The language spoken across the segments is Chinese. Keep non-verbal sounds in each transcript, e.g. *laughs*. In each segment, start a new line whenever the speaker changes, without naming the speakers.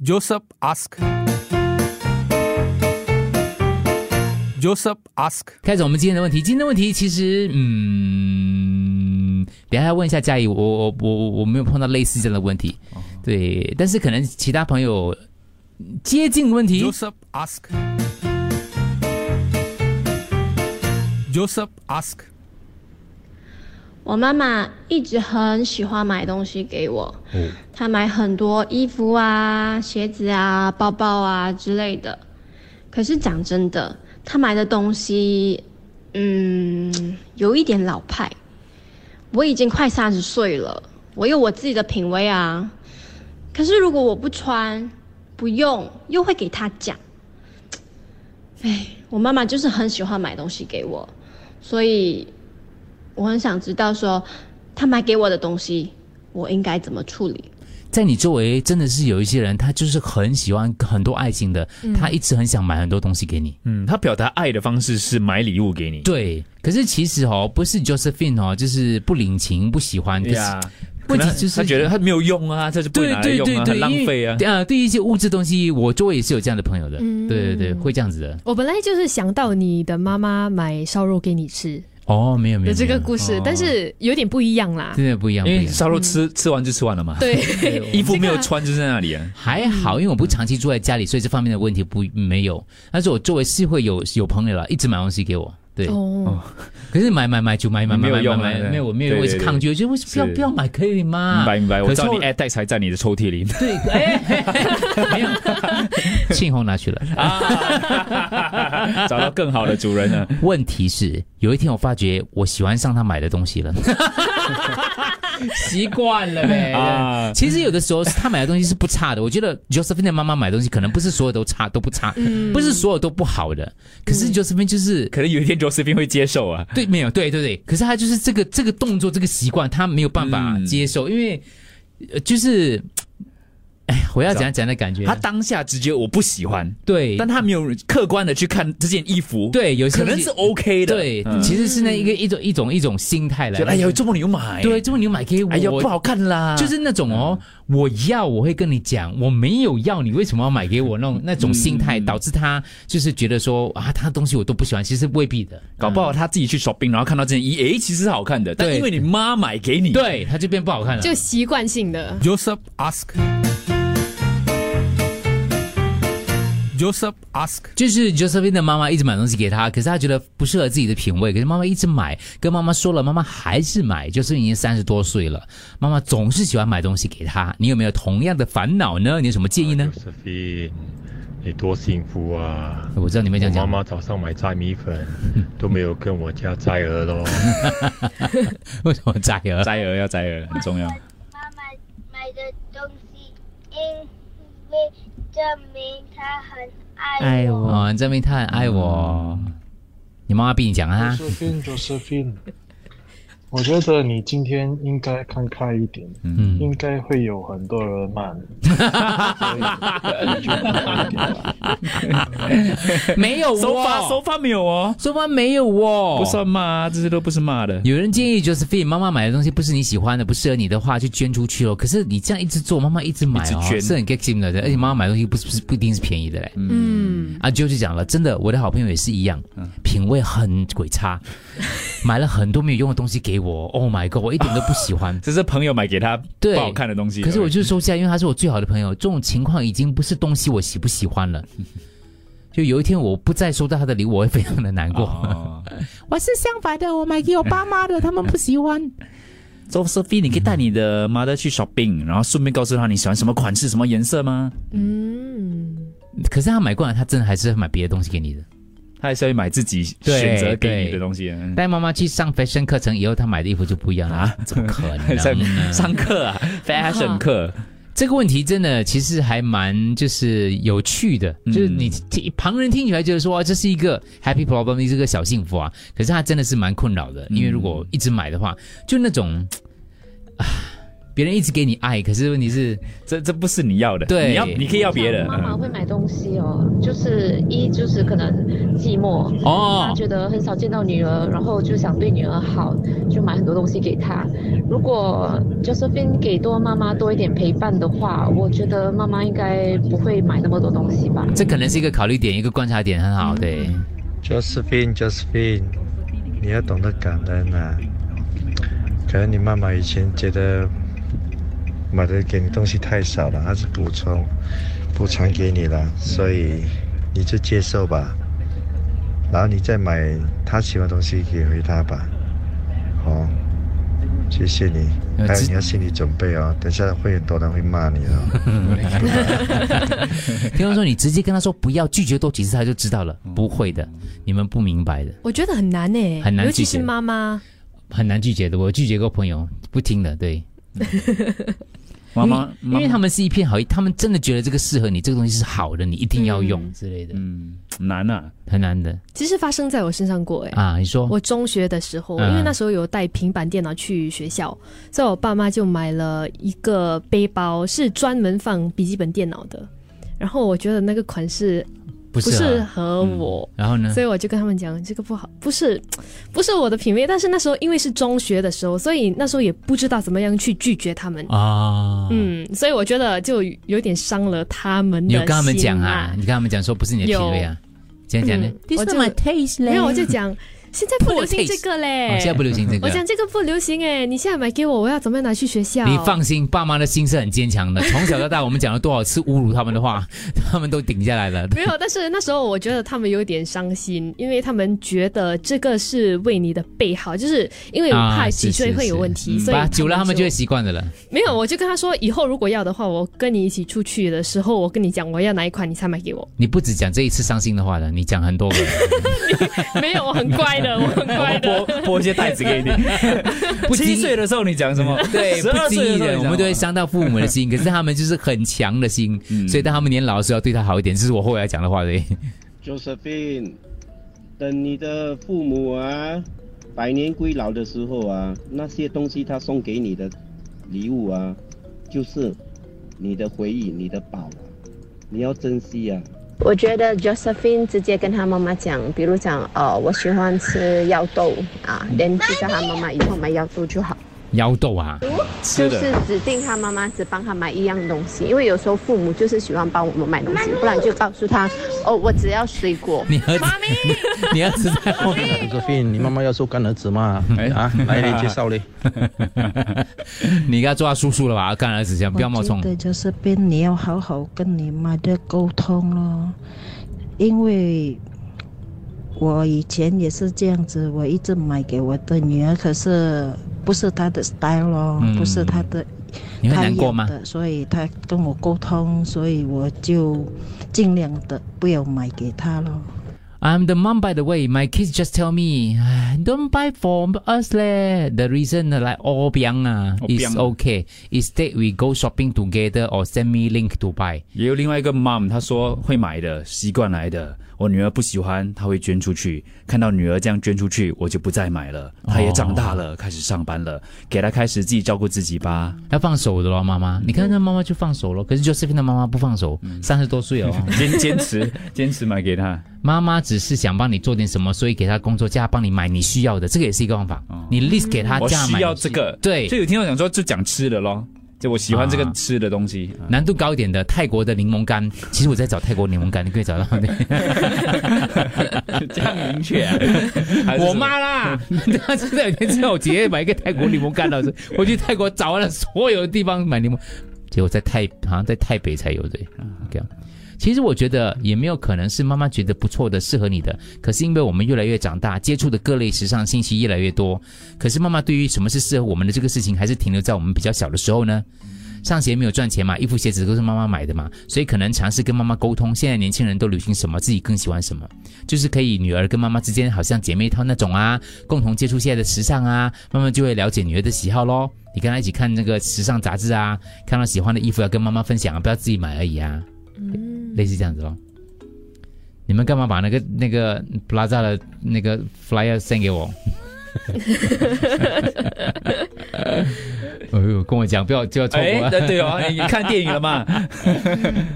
Joseph Ask。Joseph Ask，
开始我们今天的问题。今天的问题其实，嗯，等一下要问一下嘉怡，我我我我我没有碰到类似这样的问题，
哦
对，但是可能其他朋友接近问题。
Joseph ask. Joseph ask.
我妈妈一直很喜欢买东西给我，她买很多衣服啊、鞋子啊、包包啊之类的。可是讲真的，她买的东西，嗯，有一点老派。我已经快三十岁了，我有我自己的品味啊。可是如果我不穿、不用，又会给她讲。哎，我妈妈就是很喜欢买东西给我，所以我很想知道说，她买给我的东西，我应该怎么处理？
在你周围真的是有一些人，他就是很喜欢很多爱心的，
嗯
他一直很想买很多东西给你。
嗯，他表达爱的方式是买礼物给你。
对，可是其实哦，不是 Josephine 哦，就是不领情、不喜欢，可是
呀，
问题
可能
就是
他觉得他没有用啊，这就不会
对
拿来
对
用
对
啊，
对，
很浪
因为
费啊。
对啊，对一些物质东西，我周围也是有这样的朋友的。
嗯
对对对，会这样子的。
我本来就是想到你的妈妈买烧肉给你吃
哦，没有没有
的这个
没有哦
故事，
哦
但是有点不一样啦。
真的不一样，
因为
不一样
烧肉吃吃完就吃完了嘛，
对，
*laughs*
衣服没有穿就在那里啊。
还好，因为我不长期住在家里，所以这方面的问题不没有。但是我周围是会有有朋友了，一直买东西给我。对，
哦，
可是买买买就买买买
没有
买
用啊
买
对
买，没有我没有，我也是
对对
抗拒，我觉得为什么不要
是
不要买可以吗？
明白明白，我
嗯可
知
是
道你 AirTag 还在你的抽屉里 *laughs*
对，哎，没有，庆红拿去了。
啊，找到更好的主人了。
问题是，有一天我发觉我喜欢上他买的东西
*laughs*
了，习惯了呗
*laughs* 啊
其实有的时候是他买的东西是不差的，我觉得 Josephine 的妈妈买东西可能不是所有都差都不差，
嗯
不是所有都不好的。可是 Josephine 就是、
可能有一天 Josephine 会接受啊。
对，没有对对对，可是他就是这个这个动作这个习惯，他没有办法
嗯
接受，因为、呃就是，哎，我要
知道
怎样讲的感觉？啊
他当下直接我不喜欢，
对
但他没有客观的去看这件衣服，，
对，有些
可
东
能
西
是 OK 的。
对，
嗯
其实是那一个一种一种一种心态来
觉
的。
得哎呀，这么你又买，
对，，这么你买给我，
哎呀不好看啦，
就是那种哦，我要我会跟你讲，我没有要你，为什么要买给我？那种那种心态，导致他就是觉得说啊，他的东西我都不喜欢，其实未必的，
搞不好他自己去 shopping，然后看到这件衣，哎，其实是好看的，但
对
因为你妈买给你，，
嗯对，他就变不好看了。
就习惯性的
Joseph ask. Joseph ask.
就是 Josephine 的妈妈一直买东西给他，可是他觉得不适合自己的品味，可是妈妈一直买，跟妈妈说了，妈妈还是买，就是已经三十多岁了，妈妈总是喜欢买东西给他。你有没有同样的烦恼呢？你有什么建议呢？
Josephine，你多幸福啊！
我知道你们
我
想
妈
讲，
妈早上买斋
*laughs*
米粉，都没有跟我家斋鹅咯。
为什么摘儿？
摘耳要摘耳很
*laughs*
重要。
妈妈买的东西，因为证明她很爱我。
哦，证明他很爱我。你妈妈逼你讲啊？
Josephine Josephine，我觉得你今天应该看开一点，
嗯
应该会有很多人骂
*laughs*
你，
*laughs* 没有
手法
哦
手法没有哦，
说话没有哦，
不算骂，这些都不是骂的。
有人建议 Josephine 妈妈买的东西不是你喜欢的，不适合你的话，就捐出去哦。可是你这样一直做，妈妈一直买哦
一直，捐
是很 get 的。而且妈妈买东西不是不是不一定是便宜的嘞。嗯，阿 Jo 就讲了，真的，我的好朋友也是一样，
嗯
品味很鬼差，
*laughs*
买了很多没有用的东西给我。Oh my god，我一点都不喜欢
*laughs* 。这是朋友买给他
对
不好看的东西，
可是我就收下，因为他是我最好的朋友。这种情况已经不是东西我喜不喜欢
*laughs*
了。就有一天我不再收到他的礼物，我会非常的难过。
哦
我是相反的，我买给我爸妈的，他们不喜欢。
，Josephine，你可以带你的
嗯
mother 去 shopping，然后顺便告诉他你喜欢什么款式、什么颜色吗？
嗯
可是他买过来，他真的还是买别的东西给你的。
他还是要买自己
对
选择给你
对
的东西嗯
带妈妈去上 fashion 课程以后，她买的衣服就不一样了啊？怎么可能
还在
呢？
上课啊
*laughs*
，fashion 课，
这个问题真的其实还蛮就是有趣的，就是你听旁人听起来觉得说、啊、这是一个 happy problem，这是个小幸福啊。可是他真的是蛮困扰的，因为如果一直买的话，就那种。啊别人一直给你爱，可是问题是，
这这不是你要的，
对
你要你可以要别的。
妈妈
嗯
会买东西哦，就是一就是可能寂寞，
哦
她觉得很少见到女儿，然后就想对女儿好，就买很多东西给她。如果 Josephine 给多妈妈多一点陪伴的话，我觉得妈妈应该不会买那么多东西吧。
这可能是一个考虑点，一个观察点，很好，对。
Josephine，Josephine，你要懂得感恩啊！可能你妈妈以前觉得买的给你东西太少了，她是补充补偿给你了，所以你就接受吧。然后你再买她喜欢的东西给回她吧。好，谢谢你。
呃
还有
之
你要心理准备哦，等一下会很多人会骂你哦。
听众说你直接跟他说不要，拒绝多几次他就知道了，不会的，你们不明白的，
我觉得很难诶、
很难
尤其
拒绝
是妈妈。
很难拒绝的。我拒绝过朋友，不听的，对。
妈妈，
因为因为
妈
他
妈
们是一片好意，他们真的觉得这个适合你，这个东西是好的，你一定要用之类的，
嗯难啊，
很难的
其实发生在我身上过诶、欸
啊。你说
我中学的时候，
嗯
因为那时候有带平板电脑去学校，所以我爸妈就买了一个背包，是专门放笔记本电脑的。然后我觉得那个款式
不
不
是
适
啊？
合我，
然后呢
所？以我就跟他们讲这个不好，不是不是我的品味。但是那时候因为是中学的时候，所以那时候也不知道怎么样去拒绝他们。
啊，
嗯，所以我觉得就有点伤了他们的
你有跟他们
心
讲啊？你跟他们讲说不是你的品味啊？这样讲呢
嗯？我就
taste
没有，我就讲现在不流行
Poor
这
taste
个嘞，
哦现在不流行这个
嗯哎我。讲这个不流行哎，你现在买给我，我要怎么样拿去学校？
你放心，爸妈的心是很坚强的。从小到大，我们讲了多少次侮辱他们的话， *laughs* 他们都顶下来了。
没有，但是那时候我觉得他们有点伤心，因为他们觉得这个是为你的备好，就是因为我
啊
怕
是
脊椎
是
会有
是
问题，
嗯
所以
吧久了他们就会
就
习惯的了。
没有。我就跟他说，以后如果要的话，我跟你一起出去的时候，我跟你讲我要哪一款，你才买给我。 *laughs*
你不只讲这一次伤心的话了，你讲很多个。
没有，我很乖
*laughs*
的，我很乖
拨
的。
拨一些袋子给你。
不经
七
意
岁的时候你讲
*laughs*
什么？
对，
哦十
不
二
经
岁的
意
时候你
的，
讲
我们都
什么
会伤到父母
*laughs*
的心。可是他们就是很强的心，
嗯
所以当他们年老的时候，要对他好一点。这是我后来讲
*laughs*
的话，对。
Josephine，等你的父母啊，百年归老的时候啊，那些东西他送给你的礼物啊，就是你的回忆，你的宝啊，你要珍惜啊。
我觉得 Josephine 直接跟她妈妈讲，比如讲，哦，我喜欢吃药豆啊，
嗯
连就叫她妈妈以后买药豆就好。
腰豆啊，
吃
就
的
是指定他妈妈只帮他买一样东西，因为有时候父母就是喜欢帮我们买东西，不然就告诉他哦，我只要水果。
你儿子，你你儿子在后面。
Josephine，你妈妈要收干儿子嘛？啊，来你介绍嘞。
你应该做他叔叔了吧？啊干儿子这样，不要冒充。
对，就是边你要好好跟你妈的沟通咯，因为我以前也是这样子，我一直买给我的女儿，可是不是她的 style 咯，
嗯
不是她的，
你会
她
难过
要
吗？
的，所以她跟我沟通，所以我就尽量的不要买给她咯。
I'm the mom, by the way. My kids just tell me, "Ah, don't buy for us leh. The reason like all biang ah,
Oh,
it's
biang.
okay. Instead, we go shopping together or send me link to buy.
也有另外一个 mom，她说会买的，习惯来的。我女儿不喜欢，她会捐出去。看到女儿这样捐出去，我就不再买了。她也长大了，开始上班了，给她开始自己照顾自己 *laughs* 吧。
要放手的咯，妈妈。你看那妈妈就放手了，可是 Josephine 的妈妈不放手，三十多岁哦。
坚坚持坚持买给她。
妈妈只是想帮你做点什么，所以给她工作，叫她帮你买你需要的，这个也是一个方法。你 list 给她，
哦我
叫她买
需要
你
这个，
对
所，以有听到讲说就讲吃的咯，就我喜欢这个
啊
吃的东西。啊
难度高一点的泰国的柠檬干，其实我在找泰国柠檬干，你可以找到。对
*laughs* 这样明确、啊， *laughs* 还是
我
什么 *laughs*
妈啦，她这两天叫我姐姐买一个泰国柠檬干老师，我去泰国找完了所有的地方买柠檬，结果在泰好像在台北才有对，
嗯
这样。其实我觉得也没有可能是妈妈觉得不错的、适合你的，可是因为我们越来越长大，接触的各类时尚信息越来越多，可是妈妈对于什么是适合我们的这个事情，还是停留在我们比较小的时候呢？上学没有赚钱嘛，衣服鞋子都是妈妈买的嘛，所以可能尝试跟妈妈沟通，现在年轻人都流行什么，自己更喜欢什么，就是可以女儿跟妈妈之间好像姐妹淘那种啊，共同接触现在的时尚啊，慢慢就会了解女儿的喜好咯。你跟她一起看那个时尚杂志啊，看到喜欢的衣服要跟妈妈分享啊，不要自己买而已啊，
嗯
类似这样子咯。你们干嘛把那个那个 Plaza 的那个 flyer send 给我？哎呦，跟我讲不要就要错
哎
过，了，
对对哦， *laughs* 你看电影了嘛？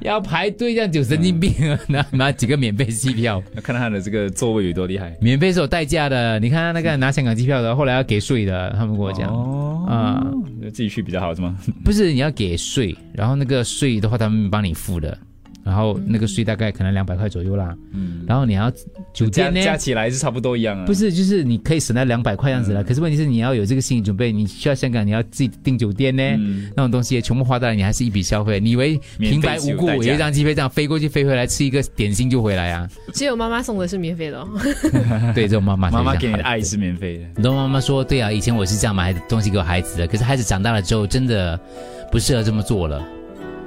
要排队这样就神经病 *laughs* 了，拿拿几个免费机票。
要看他的这个座位有多厉害。
免费是有代价的。你看那个拿香港机票的，后来要给税的，他们跟我讲，
哦
啊
自己去比较好是吗？
不是你要给税，然后那个税的话他们帮你付的，然后那个税大概可能两百块左右啦，
嗯，
然后你要酒
加
店呢。
加起来是差不多一样啊。
不是，就是你可以省那两百块样子啦。可是问题是你要有这个心理准备，你去到香港你要自己订酒店呢，
嗯
那种东西全部花到来，你还是一笔消费。你以为平白无
免费是有
故
代
有
价
一张机票这样飞过去飞回来吃一个点心就回来啊？
只有妈妈送的是免费的、哦，
对，这种妈妈才
妈妈
是
给你
好
的爱是免费的。
很多妈妈说，对啊，以前我是这样买东西给我孩子的，可是孩子长大了之后，真的不适合这么做了，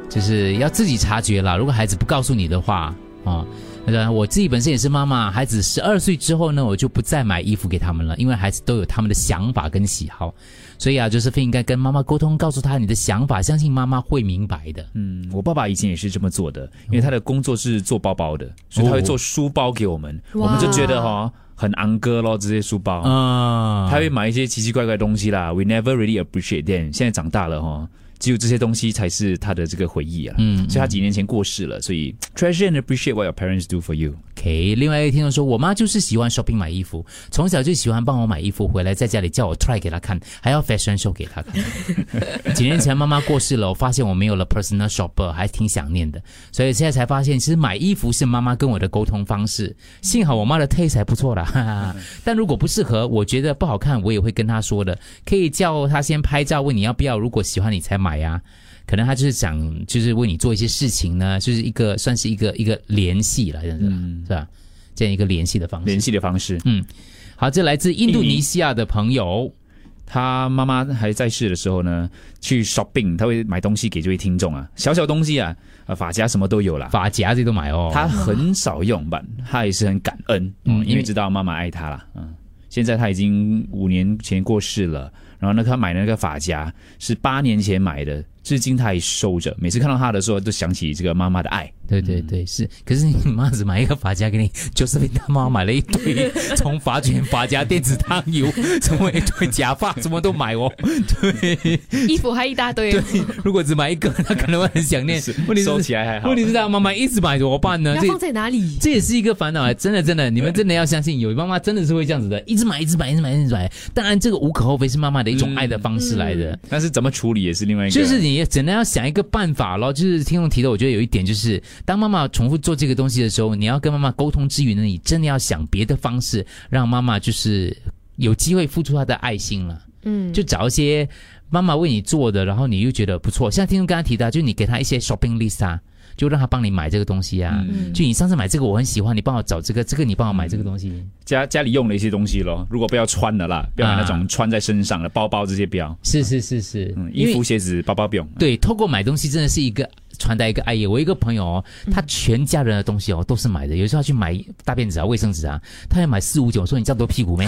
就是要自己察觉啦。如果孩子不告诉你的话，啊、那当然我自己本身也是妈妈，孩子十二岁之后呢，我就不再买衣服给他们了，因为孩子都有他们的想法跟喜好，所以啊，就是非应该跟妈妈沟通，告诉他你的想法，相信妈妈会明白的。
嗯，我爸爸以前也是这么做的，因为他的工作是做包包的，所以他会做书包给我们，嗯
哇
我们就觉得哈很昂哥咯，这些书包。
啊、
他会买一些奇奇怪怪的东西啦，We never really appreciate them。现在长大了哈，只有这些东西才是他的这个回忆啊。
嗯
所以他几年前过世了，所以 treasure and appreciate what your parents do for you。
OK，另外一个听众说，我妈就是喜欢 shopping 买衣服，从小就喜欢帮我买衣服，回来在家里叫我 try 给她看，还要 fashion show 给她看。 *laughs* 几年前妈妈过世了，我发现我没有了 personal shopper，还挺想念的，所以现在才发现，其实买衣服是妈妈跟我的沟通方式。幸好我妈的 taste 还不错啦， *laughs* 哈哈。但如果不适合，我觉得不好看，我也会跟她说的，可以叫她先拍照问你要不要，如果喜欢你才买呀、可能她就是想，就是为你做一些事情呢，就是一个算是一个一个联系了，这样子啦。
嗯，
是吧？这样一个联系的方式
联。系的方式。
好，这来自印度尼西亚的朋
嗯
友，
他妈妈还在世的时候呢，去 shopping，他会买东西给这位听众啊，小小东西啊，呃，发夹什么都有啦。
发夹这都买哦。
他很少用吧，他也是很感恩，嗯，
嗯因
因
为
为知道妈妈爱他啦。嗯，现在他已经五年前过世了，然后呢，他买的那个发夹是八年前买的，至今他还收着，每次看到他的时候都想起这个妈妈的爱。
对对对，是。可是你妈只买一个发夹给你，就是被他妈买了
*laughs*
一堆，从发卷、发夹、电子烫油，什么一堆假发，什么都买哦。对，
衣服还一大堆。
如果只买一个，他可能会很想念。问题
收
是，
起来还好
问。题是他妈妈一直买怎么办呢？
要
这
放在哪里？
这也是一个烦恼啊！真的，真的，你们真的要相信，有妈妈真的是会这样子的，一直买，一直买，一直买，一直买。当然，这个无可厚非，是妈妈的一种爱的方式来的。
但是怎么处理也是另外一个，
就是你也只能要想一个办法咯。就是听众提的，我觉得有一点就是，当妈妈重复做这个东西的时候，你要跟妈妈沟通之余呢，你真的要想别的方式，让妈妈就是有机会付出她的爱心了。
嗯，
就找一些妈妈为你做的，然后你又觉得不错。像听众刚刚提到，就你给她一些 shopping list 啊，就让她帮你买这个东西啊。
嗯
就你上次买这个我很喜欢，你帮我找这个，这个你帮我买这个东西。
家家里用的一些东西咯。如果不要穿的啦，不要买那
啊
种穿在身上的包包这些不要，
是是是是，
嗯，
因为
衣服、鞋子、包包不用。
对，透过买东西真的是一个传达一个爱意。我一个朋友哦，他全家人的东西哦都是买的，有时候他去买大便纸啊、卫生纸啊，他要买四五九，我说你这样多屁 *laughs* 股没？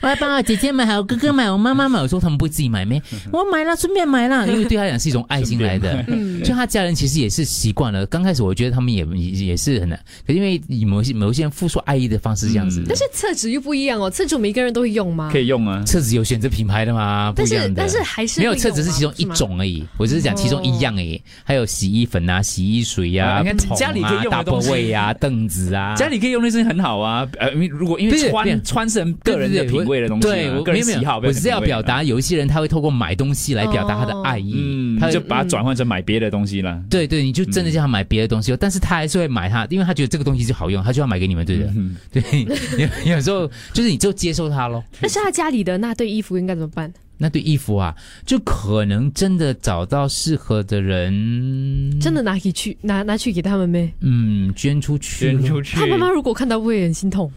我要帮我姐姐买，还有哥哥买，我妈妈买，我说他们不会自己买咩？我买了，顺便买了，因为对他来讲是一种爱心来的。*laughs*
嗯
就他家人其实也是习惯了，刚开始我觉得他们也也也是很难，可是因为某些某些人付出爱意的方式嗯是这样子的，
但是厕纸又不一样哦，厕纸每个人都会用吗
可？以用啊，
厕纸有选择品牌的嘛，不
但
一样
是
的。
但是还是
没有
会
厕纸
用
是
吗
其中一，
是吗
种而已，我只是
哦
讲其中一样而已，还有洗衣粉啊、洗衣水呀、
啊
啊
你看
桶啊、
家里可以用
大
的东西
位
*laughs*
啊、凳子啊，
家里可以用那些很好啊，呃，因为如果因
对
为
对
穿穿是很个人的
对对对
品味的东西啊，
对，我
个
没
人
有没
喜好，
有，
不
我是要
品味啊
表，达，有一些人他会透过买东西来表达他的爱意，
嗯，
他
他
就
就把它转换成买别的东西啦。
对对，你就真的叫他买别的东西哦，但是他还是会买他，因为他觉得这个东西就好用，他就要买给你们，对的，
嗯
对， *laughs* 有有时候就是你就接受他咯。
但是他家里的那对衣服应该怎么办？
那对衣服啊，就可能真的找到适合的人，
真的拿去去拿拿去给他们呗？
嗯，捐出去，
捐出去
他妈妈如果看到会很心痛。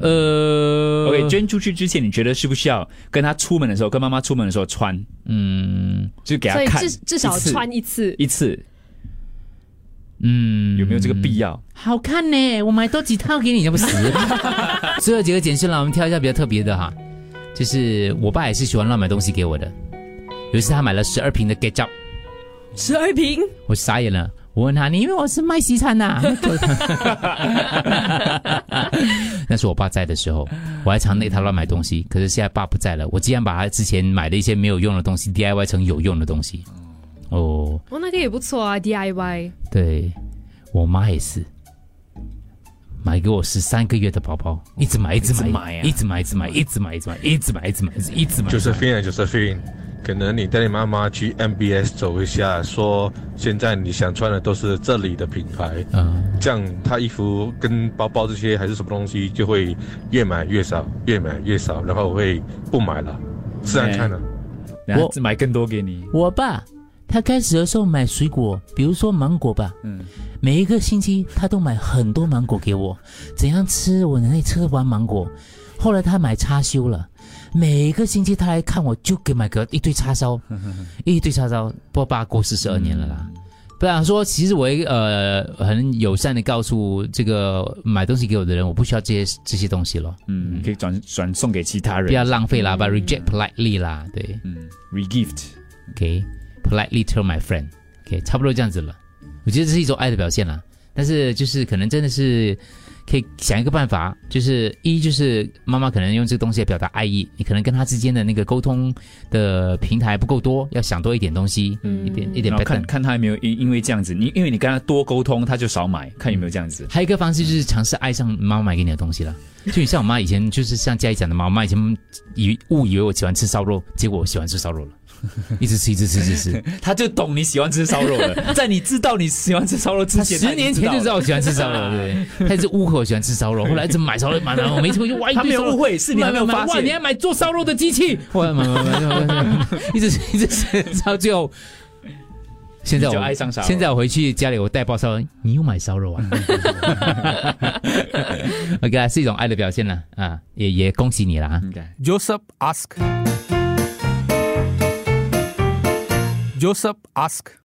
呃
*laughs* OK，捐出去之前，你觉得需不需要跟他出门的时候，跟妈妈出门的时候穿，
嗯
就给
所
他
以
看
至至少
一次
穿一次。
一次，
嗯，
有没有这个必要？
好看呢？我买多几套给你，要不死？最后几个简讯了，我们挑一下比较特别的哈，就是我爸也是喜欢乱买东西给我的，有一次他买了十二瓶的 g e t u p
十二瓶，
我傻眼啊了。我问他，你以为我是卖西餐呐、那是我爸在的时候，我还常内他乱买东西。可是现在爸不在了，我竟然把他之前买的一些没有用的东西 DIY 成有用的东西。哦，
哦，那个也不错啊，DIY。
对，我妈也是，买给我十三个月的宝宝，一直买，一直买，啊一直买，一直买，一直买，一直买，一直买，一直买，一直买，一直买。
Josephine 啊，Josephine，可能你带你妈妈去 MBS 走一下，说现在你想穿的都是这里的品牌，
嗯，
这样她衣服跟包包这些还是什么东西就会越买越少，越买越少，然后会不买了，试看看了。
然后买更多给你。
我爸他开始的时候买水果，比如说芒果吧，
嗯，
每一个星期他都买很多芒果给我，怎样吃我能吃完芒果。后来他买叉烧了，每个星期他来看我就给买个一堆叉烧，一堆叉烧。我爸过世十二年了啦。不然说，其实我也呃很友善的告诉这个买东西给我的人，我不需要这些这些东西了，
嗯，可以转转送给其他人，
不要浪费啦，把 reject politely 啦，对。
嗯，regift。
OK，politely tell my friend。OK，差不多这样子了。我觉得这是一种爱的表现啦。但是就是可能真的是可以想一个办法，就是一就是妈妈可能用这个东西来表达爱意，你可能跟她之间的那个沟通的平台不够多，要想多一点东西，一点一点
然后
p
看
a
看他有没有因因为这样子，你因为你跟他多沟通，他就少买，看有没有这样子。
还有一个方式就是尝试爱上妈妈买给你的东西了。就你像我妈以前就是像嘉怡讲的嘛，我妈以前以误以为我喜欢吃烧肉，结果我喜欢吃
*laughs*
烧肉了，一直吃一直吃一直吃。
他就懂你喜欢吃烧肉
*laughs*
了，在你知道你喜欢吃烧肉之前，
十年前就知道我喜欢吃烧肉，
对。
对不对？他一直误会我喜欢吃烧
*laughs*
肉，后来一直买烧肉，买买，我没吃过就哇一
他
堆
没有
烧肉
误会是你还没有
买买买
发现
哎哇你还买做烧肉的
*laughs*
机器，哇，买买买买买买， *laughs* 一直一直吃到最后。现在
你
我
就爱上烧肉
现在我回去家里，我带包烧肉，你又买烧肉啊 *laughs* ？OK 啊，是一种爱的表现了啊，也也恭喜你了
嗯
啊！
Joseph ask. Joseph ask.